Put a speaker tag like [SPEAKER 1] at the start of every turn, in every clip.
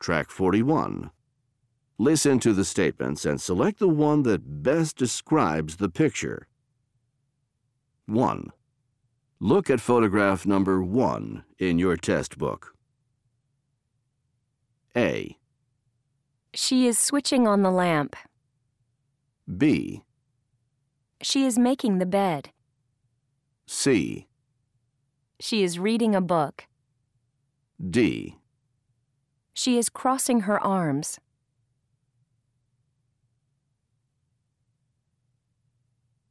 [SPEAKER 1] Track 41. Listen to the statements and select the one that best describes the picture. 1. Look at photograph number 1 in your test book. A.
[SPEAKER 2] She is switching on the lamp.
[SPEAKER 1] B.
[SPEAKER 2] She is making the bed.
[SPEAKER 1] C.
[SPEAKER 2] She is reading a book.
[SPEAKER 1] D.
[SPEAKER 2] She is crossing her arms.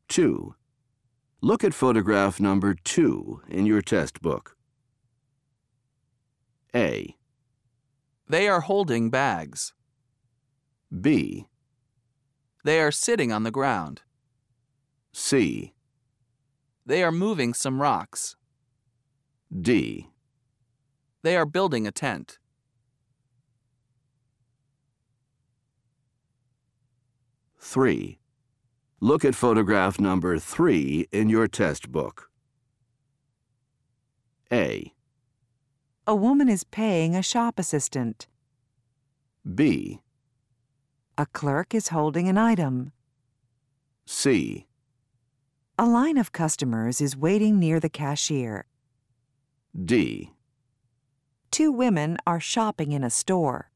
[SPEAKER 1] Two. Look at photograph number two in your test book. A.
[SPEAKER 3] They are holding bags.
[SPEAKER 1] B.
[SPEAKER 3] They are sitting on the ground.
[SPEAKER 1] C.
[SPEAKER 3] They are moving some rocks.
[SPEAKER 1] D.
[SPEAKER 3] They are building a tent.
[SPEAKER 1] Three. Look at photograph number three in your test book. A.
[SPEAKER 4] A woman is paying a shop assistant.
[SPEAKER 1] B.
[SPEAKER 4] A clerk is holding an item.
[SPEAKER 1] C.
[SPEAKER 4] A line of customers is waiting near the cashier.
[SPEAKER 1] D.
[SPEAKER 4] Two women are shopping in a store.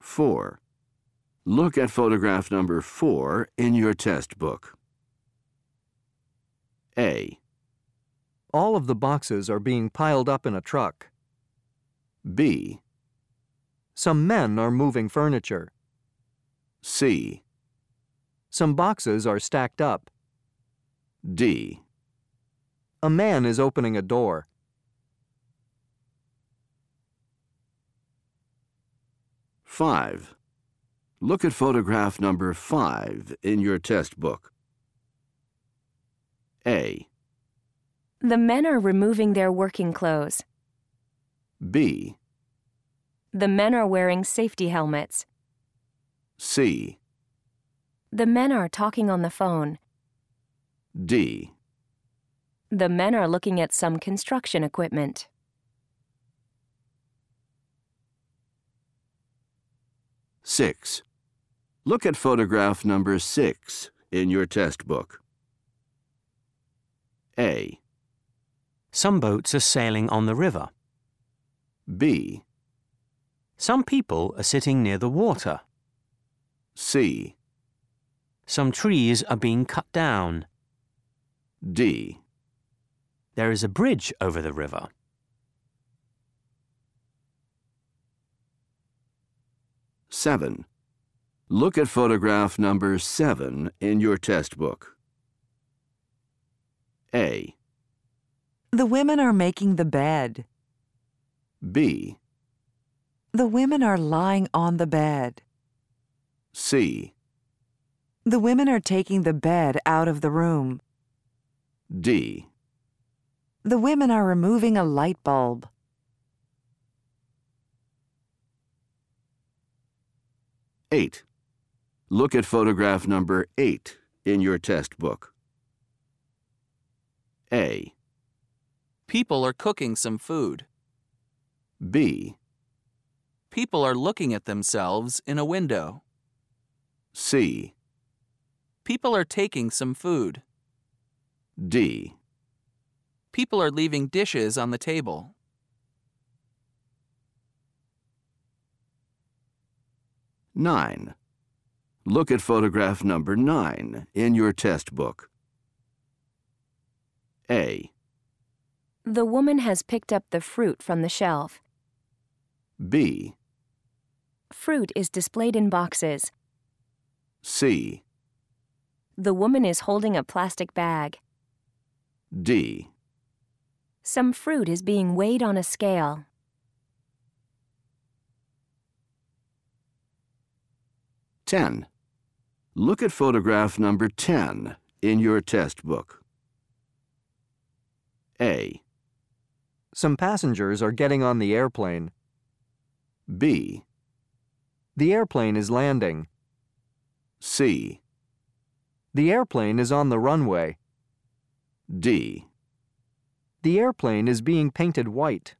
[SPEAKER 1] Four. Look at photograph number four in your test book. A.
[SPEAKER 5] All of the boxes are being piled up in a truck.
[SPEAKER 1] B.
[SPEAKER 5] Some men are moving furniture.
[SPEAKER 1] C.
[SPEAKER 5] Some boxes are stacked up.
[SPEAKER 1] D.
[SPEAKER 5] A man is opening a door.
[SPEAKER 1] Five. Look at photograph number five in your test book. A.
[SPEAKER 2] The men are removing their working clothes.
[SPEAKER 1] B.
[SPEAKER 2] The men are wearing safety helmets.
[SPEAKER 1] C.
[SPEAKER 2] The men are talking on the phone.
[SPEAKER 1] D.
[SPEAKER 2] The men are looking at some construction equipment.
[SPEAKER 1] Six. Look at photograph number six in your test book. A.
[SPEAKER 6] Some boats are sailing on the river.
[SPEAKER 1] B.
[SPEAKER 6] Some people are sitting near the water.
[SPEAKER 1] C.
[SPEAKER 6] Some trees are being cut down.
[SPEAKER 1] D.
[SPEAKER 6] There is a bridge over the river.
[SPEAKER 1] Seven. Look at photograph number seven in your test book. A.
[SPEAKER 4] The women are making the bed.
[SPEAKER 1] B.
[SPEAKER 4] The women are lying on the bed.
[SPEAKER 1] C.
[SPEAKER 4] The women are taking the bed out of the room.
[SPEAKER 1] D.
[SPEAKER 4] The women are removing a light bulb.
[SPEAKER 1] Eight. Look at photograph number eight in your test book. A.
[SPEAKER 3] People are cooking some food.
[SPEAKER 1] B.
[SPEAKER 3] People are looking at themselves in a window.
[SPEAKER 1] C.
[SPEAKER 3] People are taking some food.
[SPEAKER 1] D.
[SPEAKER 3] People are leaving dishes on the table.
[SPEAKER 1] Nine. Look at photograph number nine in your test book. A.
[SPEAKER 2] The woman has picked up the fruit from the shelf.
[SPEAKER 1] B.
[SPEAKER 2] Fruit is displayed in boxes.
[SPEAKER 1] C.
[SPEAKER 2] The woman is holding a plastic bag.
[SPEAKER 1] D.
[SPEAKER 2] Some fruit is being weighed on a scale.
[SPEAKER 1] 10. Look at photograph number 10 in your test book. A.
[SPEAKER 5] Some passengers are getting on the airplane.
[SPEAKER 1] B.
[SPEAKER 5] The airplane is landing.
[SPEAKER 1] C.
[SPEAKER 5] The airplane is on the runway.
[SPEAKER 1] D.
[SPEAKER 3] The airplane is being painted white.